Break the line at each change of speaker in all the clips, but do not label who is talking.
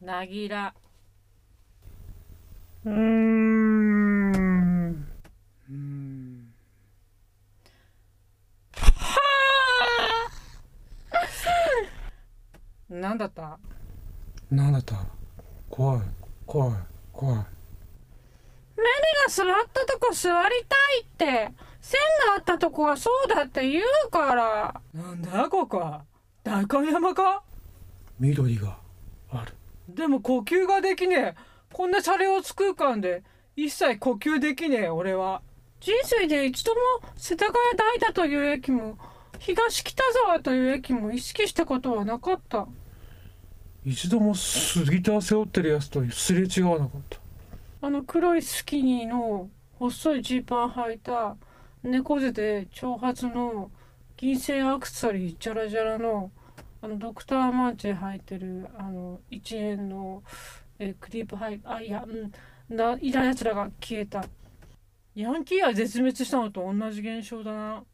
なぎら。
うーん。うーん。
なんだった
なんだった怖い、怖い、怖い。
目にが座ったとこ座りたいって線があったとこはそうだって言うからなんだここ代官山か
緑がある。
でも呼吸ができねえこんな車両空間で一切呼吸できねえ俺は人生で一度も世田谷代田という駅も東北沢という駅も意識したことはなかった
一度もスギター背負ってるやつとすれ違わなかった。
あの黒いスキニーの細いジーパン履いた猫背で長髪の銀製アクセサリージャラジャラのあのドクターマーチン履いてるあの1円のえークリープ履いあいやうんだいたやつらが消えたヤンキーは絶滅したのと同じ現象だな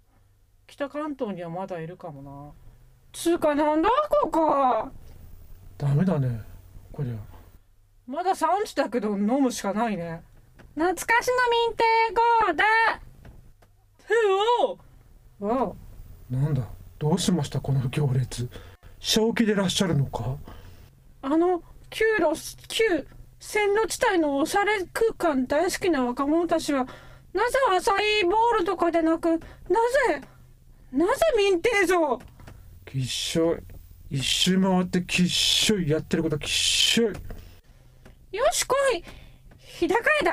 北関東にはまだいるかもなつうかなんだここ
ダメだね。こりゃ。
まだ3時だけど飲むしかないね懐かしの民定号だふおわお
なんだどうしましたこの行列。正気でらっしゃるのか
あの旧路旧線路地帯のおしゃれ空間大好きな若者たちはなぜ浅いボールとかでなくなぜなぜ民定像
きっしょい。一周回ってきっしょい。やってることきっしょい。
よし来い日高屋だ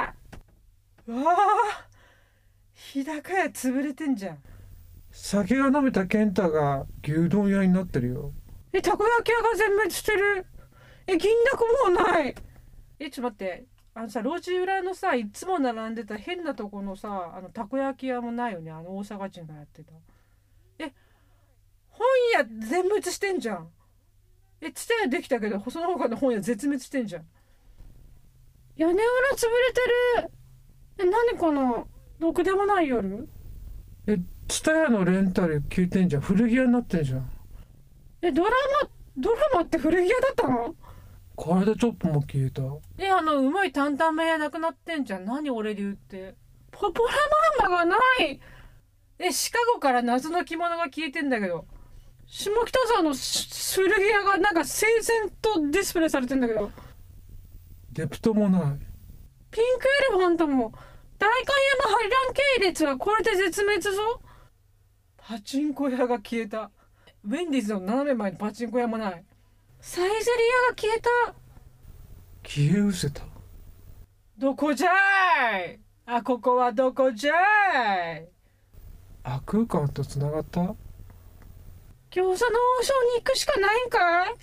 わあ日高屋潰れてんじゃん
酒が飲めた健太が牛丼屋になってるよ。
え、たこ焼き屋が全滅してる。え、銀だこもうない。え、ちょっと待って。あのさ、路地裏のさ、いつも並んでた変なとこのさ、あの、たこ焼き屋もないよね。あの、大阪人がやってた。え、本屋全滅してんじゃん。え、つたやできたけど、その他の本屋絶滅してんじゃん。屋根裏潰れてる。え、何この、ろくでもない夜
え、ツタヤのレンタル消えてんじゃん。古着屋になってんじゃん。
え、ドラマ、ドラマって古着屋だったの
カでチョップも消えた。
え、あの、うまい担々麺屋なくなってんじゃん。何俺流って。ポポラマンマがないえ、シカゴから謎の着物が消えてんだけど。下北沢のす古着屋がなんか整然とディスプレイされてんだけど。
デプトもない。
ピンクエレファントも、代官山ハリラン系列はこれで絶滅ぞ。パチンコ屋が消えた。ウェンディーズの斜め前にパチンコ屋もない。サイゼリアが消えた。
消え失せた。
どこじゃいあ、ここはどこじゃい
悪空間と繋がった
餃子の王将に行くしかないんかい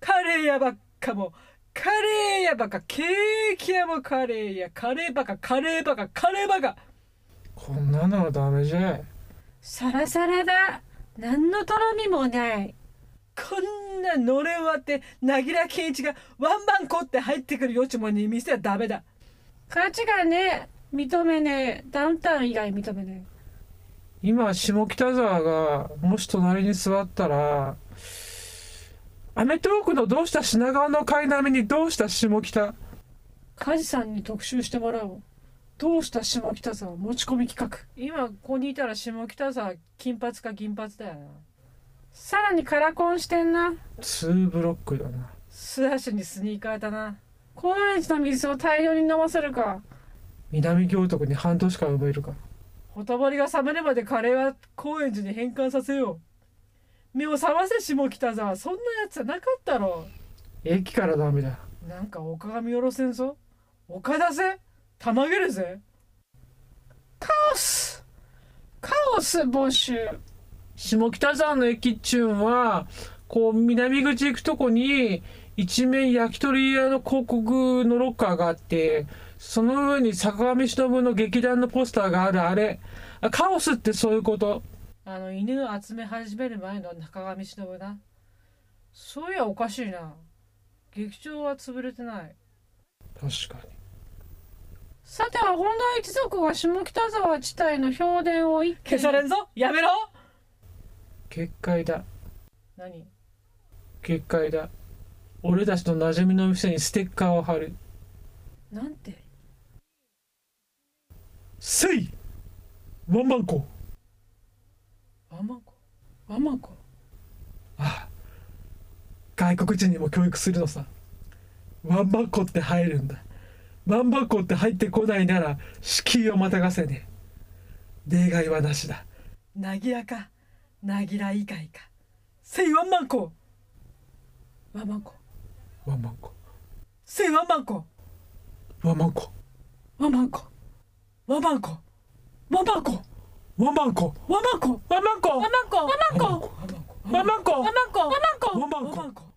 カレー屋ばっかも、カレー屋ばっか、ケーキ屋もカレー屋、カレーばっか、カレーばっか、カレーばっか。
こんなのはダメじゃい。
サラサラだ。何のとろみもない。こんなのれんわって、なぎら健一がワンバンこって入ってくる余地もに見せはダメだ。価値がね、認めねえ。ダウンタウン以外認めねえ。
今、下北沢が、もし隣に座ったら、アメトーークのどうした品川の階並みにどうした下北。
梶さんに特集してもらおう。どうした下北沢持ち込み企画。今ここにいたら下北沢金髪か銀髪だよな。さらにカラコンしてんな。
2ブロックだな。
素足にスニーカーだな。高円寺の水を大量に飲ませるか。
南行徳に半年間埋めるから。
ほとぼりが冷めるまでカレーは高円寺に返還させよう。目を覚ませ下北沢。そんなやつはなかったろ。
駅からダメだ。
なんかおかみよろせんぞ。岡田ぜ。たまげるぜ。カオスカオス募集
下北沢の駅っちゅうんはこう南口行くとこに一面焼き鳥屋の広告のロッカーがあってその上に坂上忍の劇団のポスターがあるあれあカオスってそういうこと
あの犬を集め始める前の中上忍な。そういやおかしいな。劇場は潰れてない。
確かに
さては本田一族が下北沢地帯の評伝を一消されんぞやめろ
決壊だ
何
決壊だ俺たちの馴染みの店にステッカーを貼る
なんて
せいワンマンコ
ワマコワマコ
あ外国人にも教育するのさワンバンコって入るんだワンバンコって入ってこないなら敷居をまたがせねえ例外はなしだ
なぎらかなぎら以外かせいワンマンコワマコ
ワンバンコ
せいワンマンコ
ワンバンコ
ワマンコワマンコワマンコ
ワンバンコ
ワマンコ
ワンバンコ
ワマンコワマンコ
ワンバン
ワマ
コ
ンコワマンコ
ワンバンコ
ワマンコ